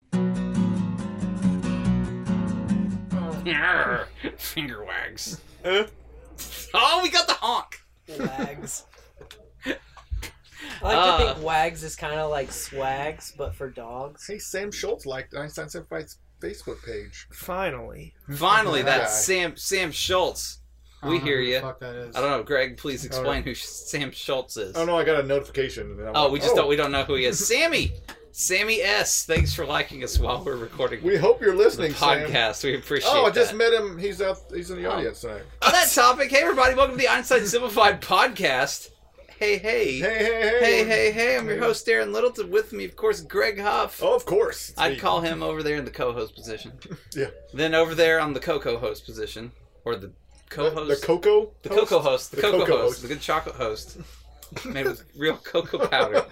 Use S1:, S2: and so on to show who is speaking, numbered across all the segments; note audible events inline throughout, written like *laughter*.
S1: *laughs* Finger wags.
S2: Huh?
S1: Oh, we got the honk.
S3: Wags. I like to
S1: Ah.
S3: think wags is kind of like swags, but for dogs.
S4: Hey, Sam Schultz liked Einstein Simplified's Facebook page.
S2: Finally.
S1: Finally, that
S4: Yeah.
S1: Sam Sam Schultz.
S5: I
S1: We
S4: Oh,
S5: don't know
S1: hear
S5: who the
S1: ya.
S5: Fuck that is.
S1: I don't know, Greg. Please
S4: don't
S1: explain who Sam Schultz is.
S4: Oh no, I got a notification. And I'm
S1: Oh,
S4: like,
S1: we just don't. We don't know who he is. Sammy, Sammy S. Thanks for liking us while we're recording
S4: We hope you're
S1: the
S4: listening, Sam.
S1: podcast. We appreciate.
S4: Oh, I
S1: that.
S4: just met him. He's out. He's in the
S1: Oh.
S4: audience tonight.
S1: On that topic, hey everybody, welcome to the Einstein Simplified podcast. Hey, hey,
S4: Hey, hey, hey.
S1: hey, hey, hey, I'm your host Darren Littleton. With me, of course, Greg Huff.
S4: Oh, of course. It's
S1: I'd
S4: me.
S1: call him over there in the co-host position.
S4: *laughs* Yeah.
S1: Then over there on the co-co-host position, or the
S4: the,
S1: co-host,
S4: the Coco.
S1: the cocoa host, the,
S4: The
S1: cocoa,
S4: cocoa
S1: host,
S4: host.
S1: the good chocolate host, made with real cocoa powder.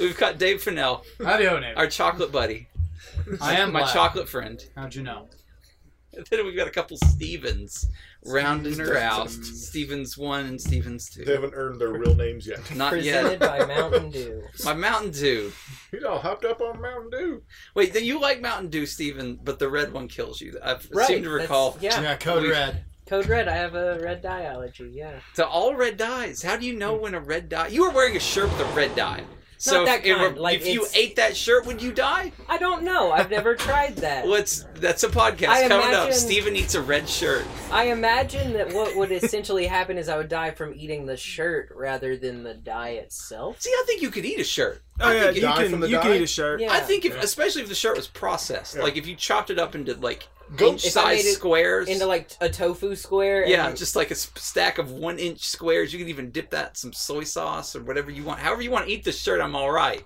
S1: We've got Dave Fennell,
S5: Howdy, neighbor.
S1: our chocolate buddy.
S5: I am
S1: my
S5: black.
S1: chocolate friend.
S5: How'd you know?
S1: And then we've got a couple Stevens rounding her out.
S4: Stevens.
S1: Stevens one and Stevens two.
S4: *laughs* They haven't earned their real names yet.
S1: Not yet.
S3: Presented by Mountain Dew.
S1: My Mountain Dew.
S4: *laughs* He's all hopped up on Mountain Dew.
S1: Wait, then you like Mountain Dew, Steven, but the red one kills you. I
S3: Right.
S1: *laughs* seem to
S3: that's-
S1: recall.
S3: Yeah.
S5: Yeah, code
S1: We-
S5: red.
S3: Code red. I have a red dye allergy. Yeah.
S1: To all red dyes. How do you know when a red dye? You were wearing a shirt with a red dye. So
S3: that
S1: if, it
S3: kind,
S1: were-
S3: like,
S1: if you
S3: it's-
S1: ate that shirt, would you die?
S3: I don't know. I've never tried that.
S1: Let's. That's a podcast
S3: I
S1: coming up.
S3: imagine-
S1: Steven eats a red shirt.
S3: I imagine that what would essentially happen is I would die from eating the shirt rather than the dye itself.
S1: See, I think you could eat a shirt.
S2: Oh
S1: I
S2: yeah,
S1: think
S2: you
S1: it-
S4: dye
S2: can
S4: from the
S2: you can
S4: dye?
S2: eat a shirt.
S3: Yeah.
S1: I think if,
S4: Yeah.
S1: especially if the shirt was processed,
S4: Yeah.
S1: like if you chopped it up into like
S4: Go.
S1: inch
S3: If I
S1: size
S3: made it
S1: squares,
S3: into like a tofu square. and-
S1: yeah, just like a s- stack of one inch squares. You can even dip that some soy sauce or whatever you want. However you want to eat the shirt, I'm all right,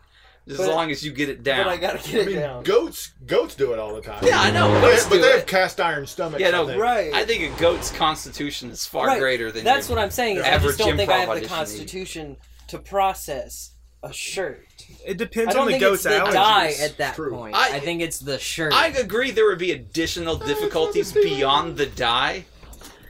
S1: just as
S3: But-
S1: long as you get it
S3: but I
S1: down.
S3: gotta
S4: I
S3: get it
S4: mean,
S3: down.
S4: goats. Goats do it all the time.
S1: yeah, I know.
S4: But,
S1: goats
S4: they, but
S1: do
S4: they
S1: it.
S4: have cast iron stomachs.
S1: Yeah,
S4: I
S1: no,
S4: think.
S2: Right.
S1: I think a goat's constitution is far
S3: Right.
S1: greater than
S3: That's
S1: your-
S3: what I'm saying. Is I
S1: average
S3: just don't think I have
S1: improv
S3: the
S1: audition needs.
S3: constitution to process a shirt.
S2: It
S3: I
S2: depends on
S3: don't
S2: the
S3: think
S2: goat's
S3: it's the
S2: allergies.
S3: dye at that
S4: True.
S3: point.
S1: I-
S3: I, think it's the shirt.
S1: I agree there would be additional difficulties beyond the die.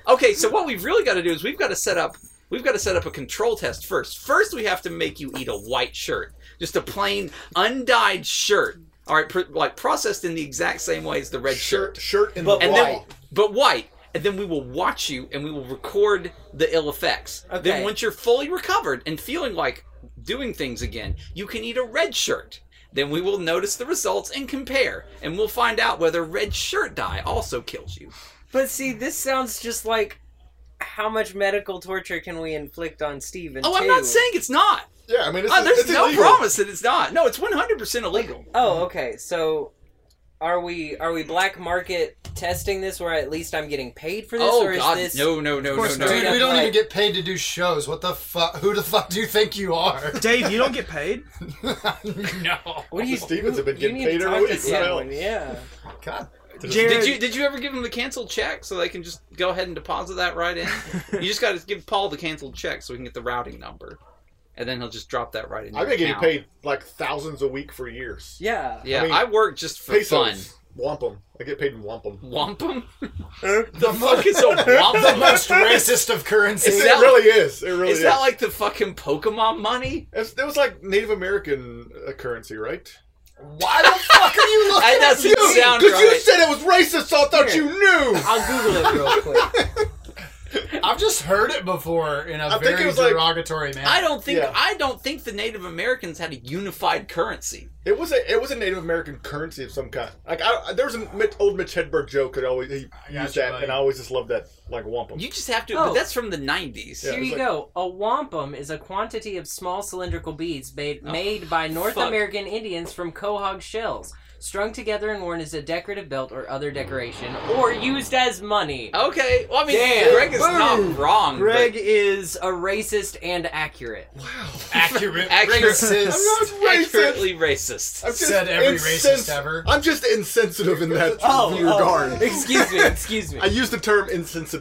S1: Okay, so what we've really got to do is we've got to set up we've got to set up a control test first. First we have to make you eat a white shirt. Just a plain undyed shirt. All right, pr- like processed in the exact same way as the red
S4: Shirt.
S1: shirt.
S4: Shirt in
S3: But-
S4: the
S1: And
S4: white.
S1: then but white and then we will watch you and we will record the ill effects. Then
S3: Okay.
S1: once you're fully recovered and feeling like doing things again, you can eat a red shirt. Then we will notice the results and compare, and we'll find out whether red shirt dye also kills you.
S3: But see, this sounds just like how much medical torture can we inflict on Steven?
S1: Oh, I'm
S3: too?
S1: not saying it's not.
S4: yeah, I mean, it's,
S1: Uh, there's
S4: it's
S1: no
S4: illegal.
S1: promise that it's not. No, it's 100% illegal.
S3: Oh, okay. So are we are we black market testing this where at least I'm getting paid for this or
S1: Oh
S3: is
S1: God,
S3: this
S1: no, no, no,
S2: Of
S1: no,
S2: course
S1: no.
S2: not.
S5: Dude,
S3: up
S5: we don't
S3: like-
S5: even get paid to do shows. What the fuck? Who the fuck do you think you are?
S2: Dave, you don't get paid.
S5: no.
S3: What do you
S4: Stevens have been
S3: you
S4: getting
S3: need to
S4: paid
S3: talk
S4: every
S3: to
S4: week. What else?
S3: someone, Yeah.
S5: God.
S2: Jared,
S1: Did you did you ever give them the canceled check so they can just go ahead and deposit that
S3: *laughs*
S1: right in? you just got to give Paul the canceled check so we can get the routing number, and then he'll just drop that right in.
S4: I've
S1: your
S4: been getting
S1: account.
S4: paid like thousands a week for years.
S3: Yeah.
S1: Yeah, I,
S4: I mean,
S1: work just for fun.
S4: Pesos. Wampum. I get paid in wampum.
S1: Wampum? *laughs*
S4: the
S1: Fuck is a
S5: *laughs*
S4: *laughs*
S5: The
S1: wampum?
S5: most racist of currencies.
S4: It
S1: that-
S4: really is. It really
S1: Is
S4: is.
S1: that like the fucking Pokemon
S4: *laughs*
S1: money?
S4: It's- it was like Native American uh, currency, right?
S5: Why the fuck are you looking
S1: That
S5: at
S1: doesn't
S5: you?
S1: sound
S4: Because you
S1: right.
S4: said it was racist, so I thought you knew.
S3: I'll Google it
S1: *laughs*
S3: real quick.
S5: I've just heard it before in a
S4: I think
S5: very
S4: it was like-
S5: derogatory manner.
S1: I don't think
S4: Yeah.
S1: I don't think the Native Americans had a unified currency.
S4: It was a it was a Native American currency of some kind. Like I, there was an Mitch, old Mitch Hedberg joke that always he
S5: got
S4: used
S5: you,
S4: that,
S5: buddy.
S4: and I always just loved that like wampum.
S1: You just have to
S3: Oh.
S1: but that's from the 90s.
S4: Yeah,
S3: Here
S4: it's
S3: you
S4: like-
S3: go. A wampum is a quantity of small cylindrical beads made,
S1: Oh,
S3: made by North
S1: fuck.
S3: American Indians from quahog shells, strung together and worn as a decorative belt or other decoration, or used as money.
S1: Okay. Well, I mean,
S3: Damn.
S1: Greg is
S3: Boom.
S1: not wrong. Oh, but-
S3: Greg is a racist and
S1: *laughs*
S3: accurate.
S5: Accurate.
S1: Accurate.
S4: I'm
S5: Racist.
S4: not racist.
S1: accurately racist.
S4: I'm just
S5: Said every
S4: insensi-
S5: racist ever.
S4: I'm just insensitive in that
S3: Oh, oh.
S4: regard.
S3: Excuse me, excuse me,
S4: I use the term insensitively.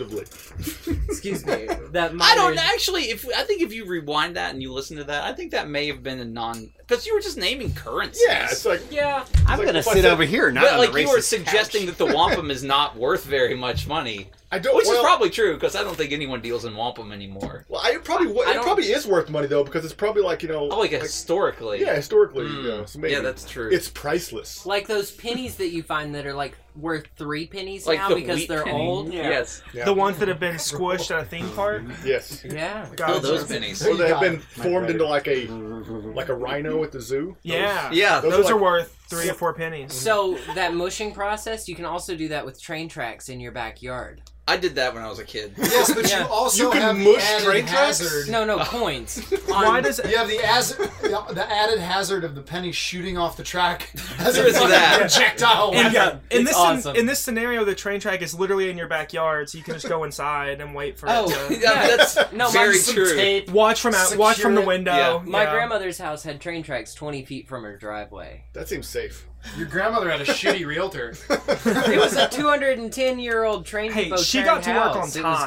S3: excuse me. That minor,
S1: I don't actually. If I think if you rewind that and you listen to that, I think that may have been a non because you were just naming currencies.
S4: Yeah, it's like
S3: Yeah,
S6: I'm
S4: like,
S6: gonna
S4: if I
S6: sit
S4: said-
S6: over here, not
S1: But
S6: on
S1: like
S6: the
S1: you were
S6: racist
S1: suggesting
S6: couch.
S1: that the wampum is not worth very much money,
S4: I don't.
S1: which
S4: well,
S1: is probably true because I don't think anyone deals in wampum anymore.
S4: Well, I it probably wa-
S1: I
S4: it
S1: don't-
S4: probably is worth money though because it's probably like you know
S1: Oh, like, historically.
S4: yeah historically
S1: Mm.
S4: you know so maybe
S1: Yeah, that's true.
S4: it's priceless.
S3: like those pennies that you find that are like worth three pennies
S1: Like
S3: now
S1: the
S3: because
S1: wheat
S3: they're
S1: penny.
S3: old.
S6: Yeah.
S1: Yes.
S4: Yeah.
S2: The ones that have been squished at a theme park.
S4: Yes.
S3: Yeah.
S1: All
S2: Gotcha.
S1: Oh, those minis.
S5: There
S4: Or
S5: you
S4: they have
S5: got it.
S4: been formed into like a like a rhino at the zoo.
S2: Yeah.
S1: Yeah.
S2: Those,
S4: Those
S2: are,
S4: are like-
S2: worth three or four pennies.
S3: So that mushing process, you can also do that with train tracks in your backyard.
S1: I did that when I was a kid.
S5: Yes, but
S3: Yeah.
S5: you also
S4: You can
S5: have
S4: mush
S5: the added
S4: train tracks?
S5: hazard.
S3: No,
S1: *laughs* Oh.
S3: no coins.
S2: Why
S3: On-
S2: does
S5: You have the, az- the the added hazard of the penny shooting off the track as
S1: There
S5: a
S1: is
S5: fucking
S1: that.
S5: projectile
S2: in,
S5: weapon.
S2: in
S3: It's
S2: this scen-
S3: awesome.
S2: in this scenario, the train track is literally in your backyard, so you can just go inside and wait for
S3: Oh.
S1: *laughs*
S2: it
S1: Yeah, that's
S3: no,
S1: very
S3: my,
S1: *laughs* true.
S2: to watch from out, watch from the
S5: Secure it.
S2: window.
S1: Yeah.
S3: my
S2: yeah.
S3: grandmother's house had train tracks twenty feet from her driveway.
S4: That seems safe.
S5: Your grandmother had a shitty realtor.
S3: It was a two hundred and ten year old train.
S2: Hey,
S3: depot
S2: she
S3: train
S2: got to work on
S3: house. It was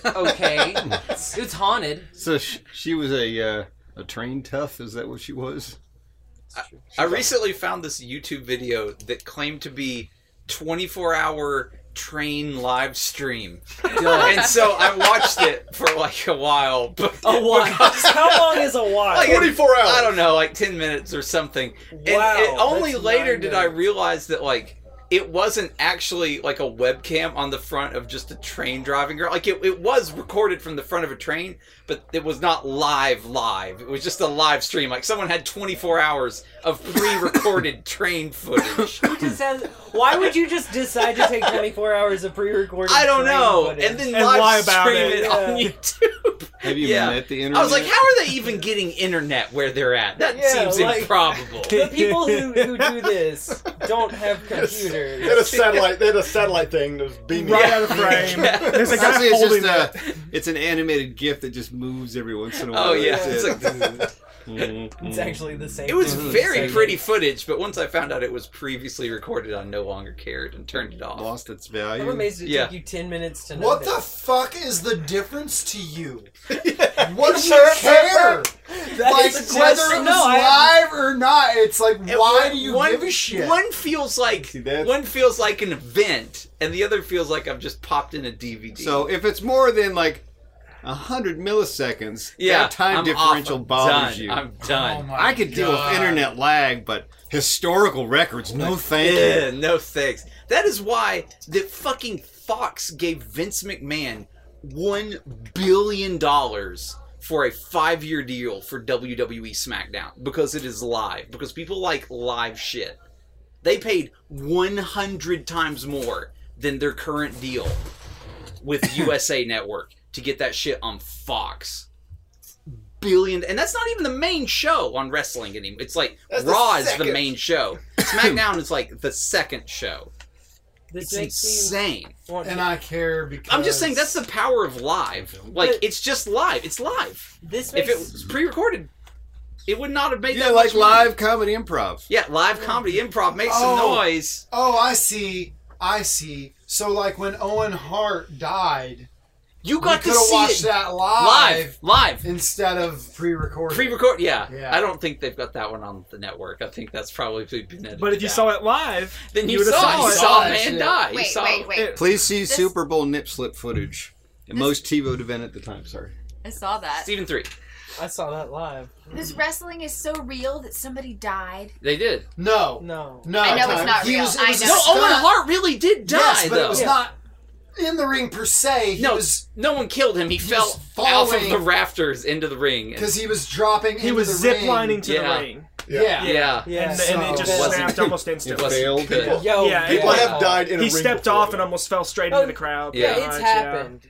S2: time.
S3: okay.
S1: *laughs*
S3: it's haunted.
S7: So sh- she was a uh, a trained tough. Is that what she was?
S1: I recently found this YouTube video that claimed to be 24 hour train live stream. and so I watched it for like a while. But
S6: A while.
S1: because-
S6: How long is
S3: *laughs*
S6: a while?
S1: *laughs* Like,
S4: Forty four hours.
S1: I don't know, like 10 minutes or something. And
S6: Wow,
S1: it, only
S6: that's
S1: later
S6: nine
S1: did I
S6: minutes.
S1: realize that like it wasn't actually like a webcam on the front of just a train driving girl. Like it, it was recorded from the front of a train, but it was not live live. It was just a live stream. Like someone had 24 hours of
S6: *laughs*
S1: pre-recorded train footage.
S6: Who just has- why would you just decide to take 24 hours of pre-recorded?
S1: I don't
S6: train
S1: know.
S6: footage?
S1: And then
S2: And
S1: live
S2: lie about
S1: stream
S2: it.
S1: it, on
S6: Yeah.
S1: YouTube.
S7: Have you
S1: Yeah.
S7: met the internet?
S1: I was like, how are they even getting internet where they're at? That
S6: Yeah,
S1: seems
S6: like-
S1: improbable.
S6: the people who, who do this don't
S1: *laughs*
S6: have
S4: They had a
S6: computers.
S4: satellite. They had a satellite thing that was beaming.
S2: Right
S1: Yeah.
S2: out of
S4: *laughs*
S2: frame.
S1: Yeah.
S2: There's a guy
S7: Actually, it's
S2: holding
S7: just
S2: that.
S7: a, it's an animated GIF that just moves every once in a while.
S1: Oh, yeah.
S7: That's
S1: *laughs* It's
S7: it. Mm-hmm.
S6: It's actually the same.
S1: It was
S6: thing.
S1: very
S6: Same
S1: pretty footage, but once I found out it was previously recorded, I no longer cared and turned it off.
S7: lost its
S6: thing. I'm
S7: value.
S6: amazed it
S1: Yeah.
S6: took you 10 minutes to
S5: What the
S6: notice.
S5: fuck is the difference to you? What do you care?
S6: That
S5: Like
S6: is just-
S5: whether it was
S6: no, I have-
S5: live or not, it's like
S1: And
S5: why
S1: one-
S5: do you
S1: one-
S5: give a shit?
S1: One feels like
S7: See, that's-
S1: one feels like an event, and the other feels like I've just popped in a DVD.
S7: So if it's more than like a hundred milliseconds,
S1: yeah,
S7: that time
S1: I'm
S7: differential
S1: off. I'm
S7: bothers
S1: done.
S7: you.
S1: I'm done.
S5: Oh my
S7: I could deal
S5: God.
S7: with internet lag, but historical records, no thank you.
S1: Yeah, no thanks. That is why the fucking Fox gave Vince McMahon one billion dollars for a five-year deal for WWE SmackDown because it is live. Because people like live shit. They paid one hundred times more than their current deal with USA Network to get that shit on Fox. Billion, and that's not even the main show on wrestling anymore. It's like
S4: That's the
S1: Raw is the
S4: second.
S1: main show. SmackDown is like the second show.
S6: This
S1: It's
S6: makes me
S1: insane.
S6: want
S5: and I care because
S1: I'm just saying that's the power of live. Like
S6: But-
S1: it's just live. It's live.
S6: This
S1: If
S6: makes
S1: it was pre-recorded, it would not have made
S7: Yeah,
S1: that much
S7: like
S1: money.
S7: live comedy improv.
S1: Yeah, live comedy improv makes
S5: Oh.
S1: some noise.
S5: Oh, I see. I see. So like when Owen Hart died,
S1: You
S5: we
S1: got
S5: could
S1: to
S5: have
S1: see
S5: watched
S1: it
S5: that
S1: live,
S5: live,
S1: live,
S5: instead of pre-recorded.
S1: pre-record. Yeah.
S5: Yeah.
S1: I don't think they've got that one on the network. I think that's probably been edited
S2: But if you
S1: out.
S2: saw it live,
S1: then you,
S2: you would've
S1: saw,
S5: saw
S1: it.
S5: it.
S1: You saw a
S5: Saw it,
S1: man
S5: yeah.
S1: die. You
S8: Wait,
S1: saw
S8: wait, wait.
S2: it-
S7: Please see
S8: This-
S7: Super Bowl nip slip footage. The
S8: This-
S7: most TiVoed event at the time. Sorry.
S8: I saw that.
S1: Season three.
S6: I saw that live.
S8: This wrestling is so real that somebody died.
S1: They did.
S5: no,
S6: No.
S5: no.
S8: I know it's not
S5: He
S8: real.
S5: was- it
S8: I
S5: was a
S1: No,
S8: know.
S5: stunt.
S1: Owen Hart really did die
S5: yes, but
S1: though.
S5: it was not in the ring per se. He
S1: no,
S5: was
S1: no one killed him. He,
S5: he
S1: fell
S5: was
S1: off of
S5: falling-
S1: the rafters into the ring. and-
S5: because he was dropping.
S2: he
S5: into
S2: was
S5: the
S2: zip
S5: ring.
S2: lining to
S1: Yeah.
S2: the ring,
S5: Yeah.
S1: yeah.
S6: Yeah.
S2: and, and it just
S5: So-
S2: snapped almost instantly.
S1: wasn't
S7: failed.
S1: good.
S4: People-
S6: Yo,
S2: Yeah,
S4: People
S2: yeah.
S4: have died in a
S2: He
S4: ring.
S2: stepped
S4: before.
S2: off and almost fell straight into
S6: Oh,
S2: the crowd.
S1: yeah.
S2: pretty
S6: it's
S2: much, *laughs*
S6: happened.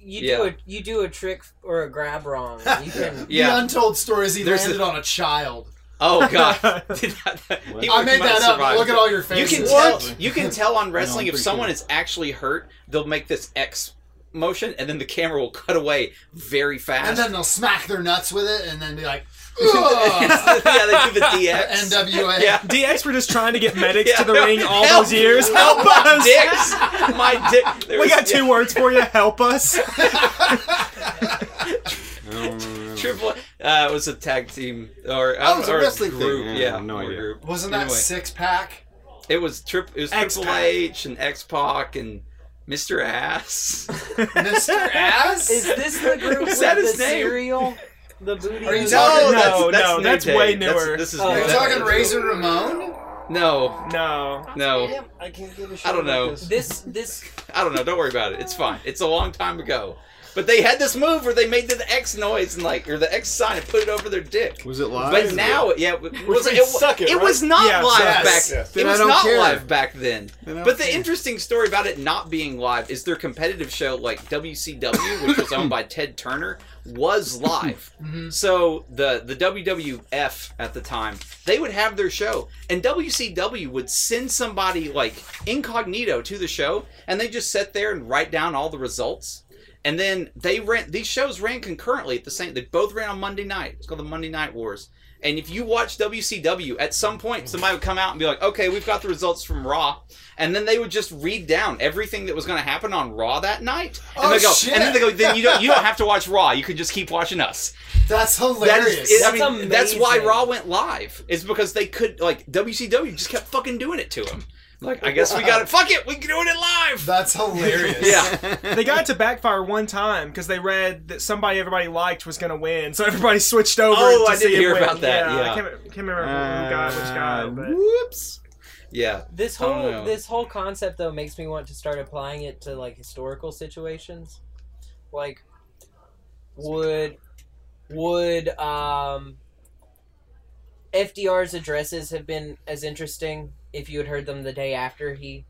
S6: You do
S1: Yeah.
S6: a you do a trick or a grab wrong. You can
S1: Yeah.
S5: The untold stories he
S1: There's
S5: landed on a child.
S2: *laughs*
S1: Oh god. *laughs*
S2: Yeah.
S1: Did I he
S5: I
S1: wouldn't
S5: made
S1: have
S5: that up.
S1: survived.
S5: Look at all your
S1: You
S5: faces.
S1: can tell. You can tell on wrestling
S7: No, I'm
S1: if
S7: pretty
S1: someone
S7: sure.
S1: is actually hurt, they'll make this X motion, and then the camera will cut away very fast. *laughs*
S5: And then they'll smack their nuts with it, and then be like,
S1: *laughs*
S5: "Ugh."
S1: yeah, they do the DX.
S5: NWA.
S1: Yeah.
S2: DX were just trying to get medics
S1: Yeah.
S2: to the ring all
S1: Help.
S2: those years.
S1: Help
S2: *laughs* Help
S1: my
S2: us!
S1: dicks. My dick. There
S2: We
S1: was-
S2: got two words for you.
S1: *laughs*
S2: Help us.
S1: Triple uh, it was a tag team or
S7: Oh, it was a
S1: or
S7: wrestling thing.
S1: group.
S7: Yeah, I
S1: Yeah,
S7: have no
S1: or
S7: idea.
S1: group.
S5: Wasn't that
S1: Anyway.
S5: six pack?
S1: It was trip. It was Triple
S2: X-Pac.
S1: H and X Pac and Mr.
S2: *laughs*
S1: Ass.
S5: Mr. Ass?
S6: Is this the group
S1: *laughs* Is
S6: with
S1: that
S6: the
S1: his name?
S6: cereal? The booty.
S5: Are you
S6: and-
S5: talking-
S2: no, no,
S1: new
S2: that's
S1: day.
S2: way
S1: That's-
S2: newer.
S1: this is
S6: Oh,
S1: new
S5: Are you
S6: Yeah.
S1: day.
S5: talking
S1: That's
S5: Razor
S1: cool.
S5: Ramon?
S1: No,
S2: No.
S1: no.
S6: I can't give a shit.
S1: I don't know.
S6: about this.
S3: This this
S1: I don't know. Don't worry about it. It's fine. It's a long time ago. But they had this move where they made the X noise and like or the X sign and put it over their dick.
S7: Was it live?
S1: But now, yeah, it was
S4: means
S1: it,
S4: suck it,
S1: it
S4: right?
S1: was not
S2: Yeah,
S1: live
S4: yes,
S1: back.
S4: yes.
S1: It
S7: Then I
S1: was
S7: don't
S1: not
S7: care.
S1: live back then.
S7: Then I
S1: But the
S7: don't care.
S1: interesting story about it not being live is their competitive show, like WCW, which was owned by Ted Turner, was live. So the the WWF at the time, they would have their show, and WCW would send somebody like incognito to the show, and they just sit there and write down all the results. And then they ran these shows ran concurrently at the same. They both ran on Monday night. It's called the Monday Night Wars. And if you watch WCW, at some point somebody would come out and be like, "Okay, we've got the results from Raw," and then they would just read down everything that was going to happen on Raw that night. And
S5: Oh,
S1: they go,
S5: shit.
S1: and then they go, "Then you don't you don't have to watch Raw. You can just keep watching us."
S5: That's
S1: That
S5: hilarious.
S1: is, it- I mean,
S6: That's
S1: that's why
S6: amazing.
S1: Raw went live. It's because they could like WCW just kept fucking doing it to him. Like, I guess we got it. Fuck it, we can do it live.
S5: That's hilarious.
S1: Yeah.
S7: *laughs*
S2: They got it to backfire one time because they read that somebody everybody liked was going to win, so everybody switched over.
S1: Oh,
S2: to
S1: I did
S2: see him
S1: hear
S2: win.
S1: about that, yeah. Um,
S2: I can't, can't remember who got which
S4: Uh,
S2: guy, but
S1: Whoops. Yeah.
S6: This
S1: I don't
S6: whole
S1: know.
S6: this whole concept though makes me want to start applying it to like historical situations. Like would would um FDR's addresses have been as interesting if you had heard them the day after he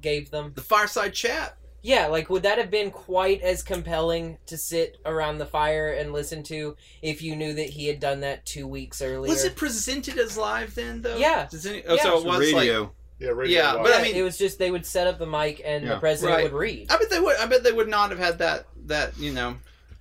S6: gave them?
S1: The fireside chat.
S6: Yeah, like would that have been quite as compelling to sit around the fire and listen to if you knew that he had done that 2 weeks earlier?
S1: Was it presented as live then though?
S6: Yeah.
S1: Does any, oh,
S6: Yeah.
S1: so it was
S7: radio.
S1: like
S4: Yeah, right
S1: Yeah,
S4: here,
S1: but I
S4: live.
S1: mean-
S6: it was just they would set up the mic and
S7: Yeah.
S6: the president
S1: Right.
S6: would read.
S1: I bet they would I bet they would not have had that that, you know,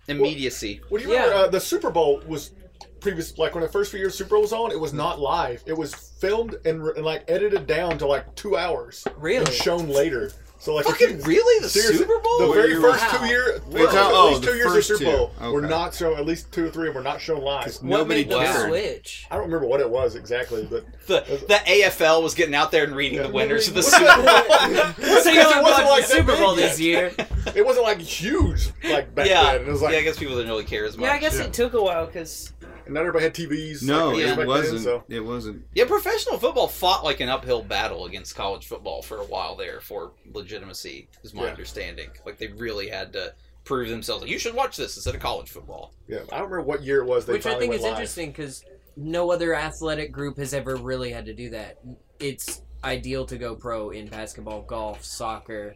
S1: immediacy.
S4: Well, do you
S6: Yeah.
S4: remember uh, the Super Bowl was previous, like when the first few years Super Bowl was on, it was not live. It was filmed and, re- and like edited down to like two hours and
S6: Really?
S4: shown later. So like if
S1: Fucking
S4: you-
S1: really the
S4: seriously,
S1: Super Bowl?
S4: the very
S7: Wow.
S4: first two years,
S7: Oh,
S4: at least
S7: the
S4: two years of
S7: first
S4: Super
S7: two.
S4: Bowl were
S7: Okay.
S4: not shown. At least two or three of them were not shown live.
S6: what
S7: Nobody
S6: made them
S3: *laughs*
S1: cared.
S6: switch?
S4: I don't remember what it was exactly, but
S1: The, the AFL was getting out there and reading
S4: Yeah.
S1: the winners of the Super *laughs* Bowl.
S3: so you
S4: Because
S3: haven't
S4: it wasn't
S3: watched the
S4: like that
S3: Super
S4: big
S3: Bowl
S4: yet.
S6: *laughs*
S3: this year.
S4: it wasn't like huge like back
S1: yeah.
S4: then. It was like
S1: yeah, I guess people didn't really care as much.
S3: Yeah, I guess
S4: Yeah.
S3: it took a while because
S4: not everybody had TVs.
S7: No,
S4: like,
S1: Yeah.
S4: back
S7: it
S4: then,
S7: wasn't.
S4: so.
S7: It wasn't.
S1: Yeah, professional football fought like an uphill battle against college football for a while there for legitimacy, is my
S4: Yeah.
S1: understanding. Like they really had to prove themselves. Like, you should watch this instead of college football.
S4: Yeah, I don't remember what year it was. They
S6: which I
S4: finally
S6: think
S4: went
S6: is
S4: live.
S6: interesting because no other athletic group has ever really had to do that. It's ideal to go pro in basketball, golf, soccer,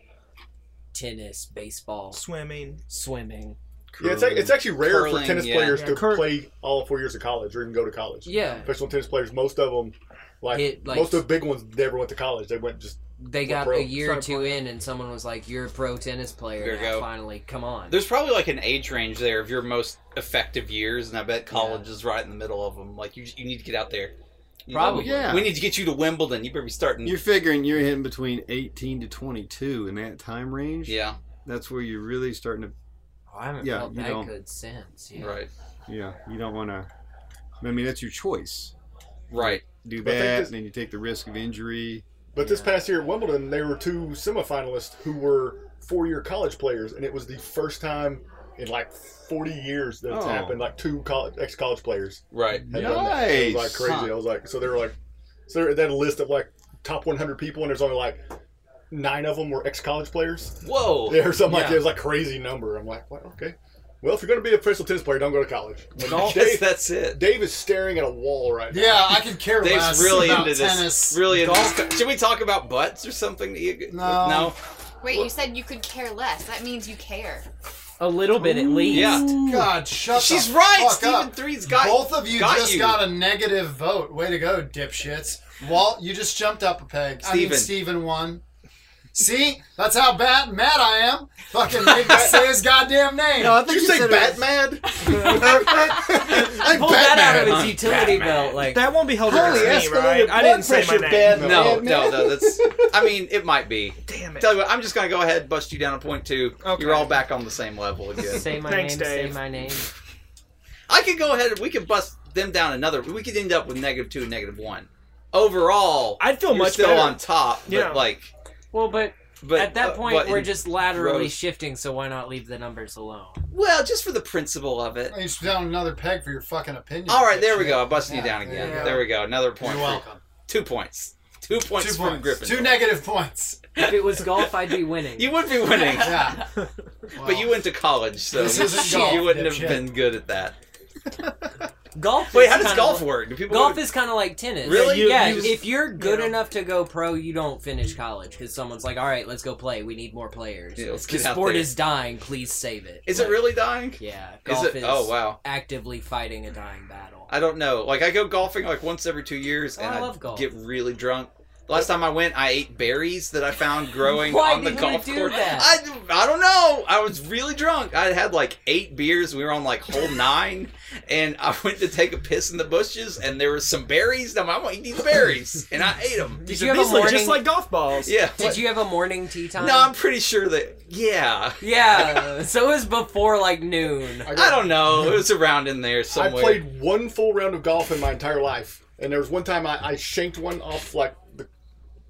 S6: tennis, baseball,
S2: swimming.
S6: swimming.
S4: Yeah, it's, ac- it's actually rare
S1: Curling,
S4: for tennis
S1: yeah.
S4: players
S2: Yeah,
S4: to
S2: cur-
S4: play all four years of college or even go to college.
S6: Yeah,
S4: Professional tennis players, most of them, like,
S6: Hit, like-
S4: most of the big ones, never went to college. They went just
S6: they
S4: Well,
S6: got
S4: pro-
S6: a year or
S2: started
S6: two in, and someone was like, "You're a pro tennis
S1: There
S6: player
S1: you
S6: now,
S1: go.
S6: finally. Come on."
S1: There's probably like an age range there of your most effective years, and I bet college is right in the middle of them. Like you, you need to get out there. You know,
S6: Probably.
S7: Yeah.
S1: we need to get you to Wimbledon. You better be starting.
S7: You're figuring you're hitting between 18 to 22 in that time range.
S1: yeah,
S7: That's where you're really starting to.
S6: I haven't
S7: Yeah,
S6: felt
S7: you
S6: that
S7: don't-
S6: good since. Yeah.
S1: right,
S7: Yeah. You don't want to. I mean, that's your choice.
S1: right.
S7: Do
S4: But I think
S7: that,
S4: this-
S7: and then you take the risk of injury.
S4: But this past year at Wimbledon, there were two semifinalists who were four-year college players, and it was the first time in like 40 years that it's
S7: Oh.
S4: happened. Like two college, ex-college players
S1: Right.
S4: had done that. It was like
S7: Nice.
S4: crazy. I was like, so they were like, so they had a list of like top 100 people, and there's only like nine of them were ex-college players.
S1: Whoa.
S4: Yeah, or something like
S6: Yeah.
S4: that. It was like crazy number. I'm like, well, okay. Well, if you're going to be a professional tennis player, don't go to college.
S1: Golf
S4: Dave,
S1: is- that's it.
S4: Dave is staring at a wall right now.
S5: Yeah, I could care
S1: Dave's
S5: less
S1: really
S5: about
S1: into this.
S5: tennis.
S1: Really into
S5: golf.
S1: this. Should we talk about butts or something? that you-
S5: No.
S1: No.
S8: Wait, you said you could care less. That means you care.
S3: a little bit at least.
S1: Yeah.
S5: God, shut
S1: She's
S5: the
S1: right.
S5: fuck
S1: Stephen
S5: up.
S1: Three's got
S5: Both of you
S1: got
S5: just
S1: you.
S5: got a negative vote. Way to go, dipshits. Walt, you just jumped up a peg. I mean,
S1: Steven.
S5: Steven won. See? That's how bad mad I am. Fucking made me say his goddamn name.
S7: No, I
S4: Did
S7: think
S4: you say
S7: said
S4: Batman?
S1: *laughs*
S5: *laughs* Hey,
S6: Pull that out of his utility belt, like
S2: That won't be held against me, right? I didn't say my name.
S1: No, no, *laughs* no. That's. I mean, it might
S5: *laughs*
S1: be.
S2: Damn it.
S1: Tell you what, I'm just gonna go ahead, bust you down a point two.
S2: Okay.
S1: You're all back on the same level again.
S6: say my
S2: Thanks,
S6: name,
S2: Dave.
S6: say my name.
S1: I could go ahead and we could bust them down another. We could end up with negative two and negative one. Overall,
S2: I'd feel
S1: you're
S2: much
S1: still
S2: better.
S1: on top, but
S2: Yeah.
S1: like,
S6: Well, but,
S1: but
S6: at that
S1: uh,
S6: point
S1: what
S6: we're
S1: in-
S6: just laterally
S1: rows?
S6: shifting, so why not leave the numbers alone?
S1: well, just for the principle of it.
S5: You just down another peg for your fucking opinion.
S1: All right, there we
S5: dipshit.
S1: go. I busted you
S5: Yeah,
S1: down again.
S5: you go.
S1: There we go. Another point.
S5: You're
S1: for-
S5: welcome.
S1: Two points. Two points
S5: Two
S1: from
S5: points.
S1: Griffin.
S5: Two negative points.
S3: If it was golf, I'd be winning.
S1: You would be winning,
S5: *laughs* Yeah.
S1: but you went to college, so
S5: This isn't
S1: *laughs*
S5: golf,
S1: you wouldn't have
S5: dipshit.
S1: been good at that.
S3: golf.
S1: Wait,
S3: is
S1: how does
S3: kinda
S1: golf
S3: like-
S1: work? Do people
S3: Golf is kind of like tennis.
S1: Really?
S2: You-
S3: yeah.
S2: you just-
S3: if you're good
S2: you know.
S3: enough to go pro, you don't finish college because someone's like, "All right, let's go play. We need more players.
S1: Yeah, let's
S3: the
S1: get out
S3: sport
S1: there."
S3: is dying. Please save it."
S1: Is it
S3: Like,
S1: really dying?
S3: Yeah.
S1: Is
S3: Golf is,
S1: it? Oh wow.
S3: actively fighting a dying battle.
S1: I don't know. Like I go golfing like once every two years,
S3: Oh,
S1: and
S3: I
S1: I,
S3: love golf.
S1: get really drunk. The Last time I went, I ate berries that
S3: *laughs*
S1: I found growing
S3: Why
S1: on the
S3: did you
S1: golf
S3: do
S1: course.
S3: that?
S1: I, I don't know. I was really drunk. I had like eight beers. We were on like hole nine, and I *laughs* went to take a piss in the bushes, and there were some berries. And I'm like, I'm gonna eat these
S3: *laughs*
S1: berries, and I ate them.
S3: Did
S2: These
S3: you
S2: are
S3: have a
S2: beastly,
S3: morning-
S2: just like golf balls.
S1: Yeah.
S3: Did you have a morning tea time?
S1: No, I'm pretty sure that. Yeah.
S3: Yeah. *laughs* so it was before like noon.
S4: I, got-
S1: I don't know. It was around in there
S4: I
S1: somewhere.
S4: played one full round of golf in my entire life, and there was one time I, I shanked one off like the,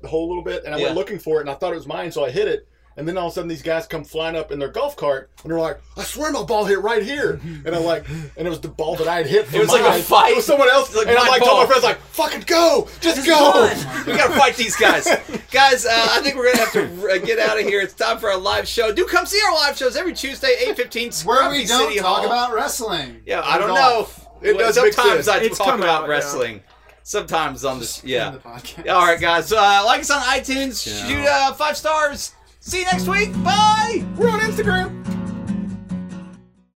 S4: the hole a little bit, and I
S1: Yeah.
S4: went looking for it, and I thought it was mine, so I hit it. And then all of a sudden, these guys come flying up in their golf cart, and they're like, "I swear my ball hit right
S1: *laughs*
S4: here!" And I'm like, "And it was the ball that I had hit."
S1: It was like a fight.
S4: It was someone else,
S1: It's like
S4: and I'm
S1: my
S4: like, told
S1: ball.
S4: my friends, "Like, fucking go, just
S3: Just
S4: go." *laughs*
S3: run.
S1: We gotta fight these guys, guys. Uh, I think we're gonna have to uh, get out of here. It's time for our live show. Do come see our live shows every Tuesday, eight fifteen.
S5: Where we don't
S1: City
S5: talk
S1: Hall.
S5: about wrestling.
S1: Yeah,
S5: Or
S1: I don't
S5: golf.
S1: know. It
S4: Well,
S1: does.
S4: it's mixed
S1: Sometimes
S4: in.
S1: I
S2: It's
S1: talk
S2: come
S1: about
S2: out, yeah.
S1: wrestling. Sometimes on the
S5: Just
S1: yeah.
S5: end the podcast.
S1: All right, guys. So, uh, like us on iTunes. Shoot uh, five stars. See you next week. Bye. We're on Instagram.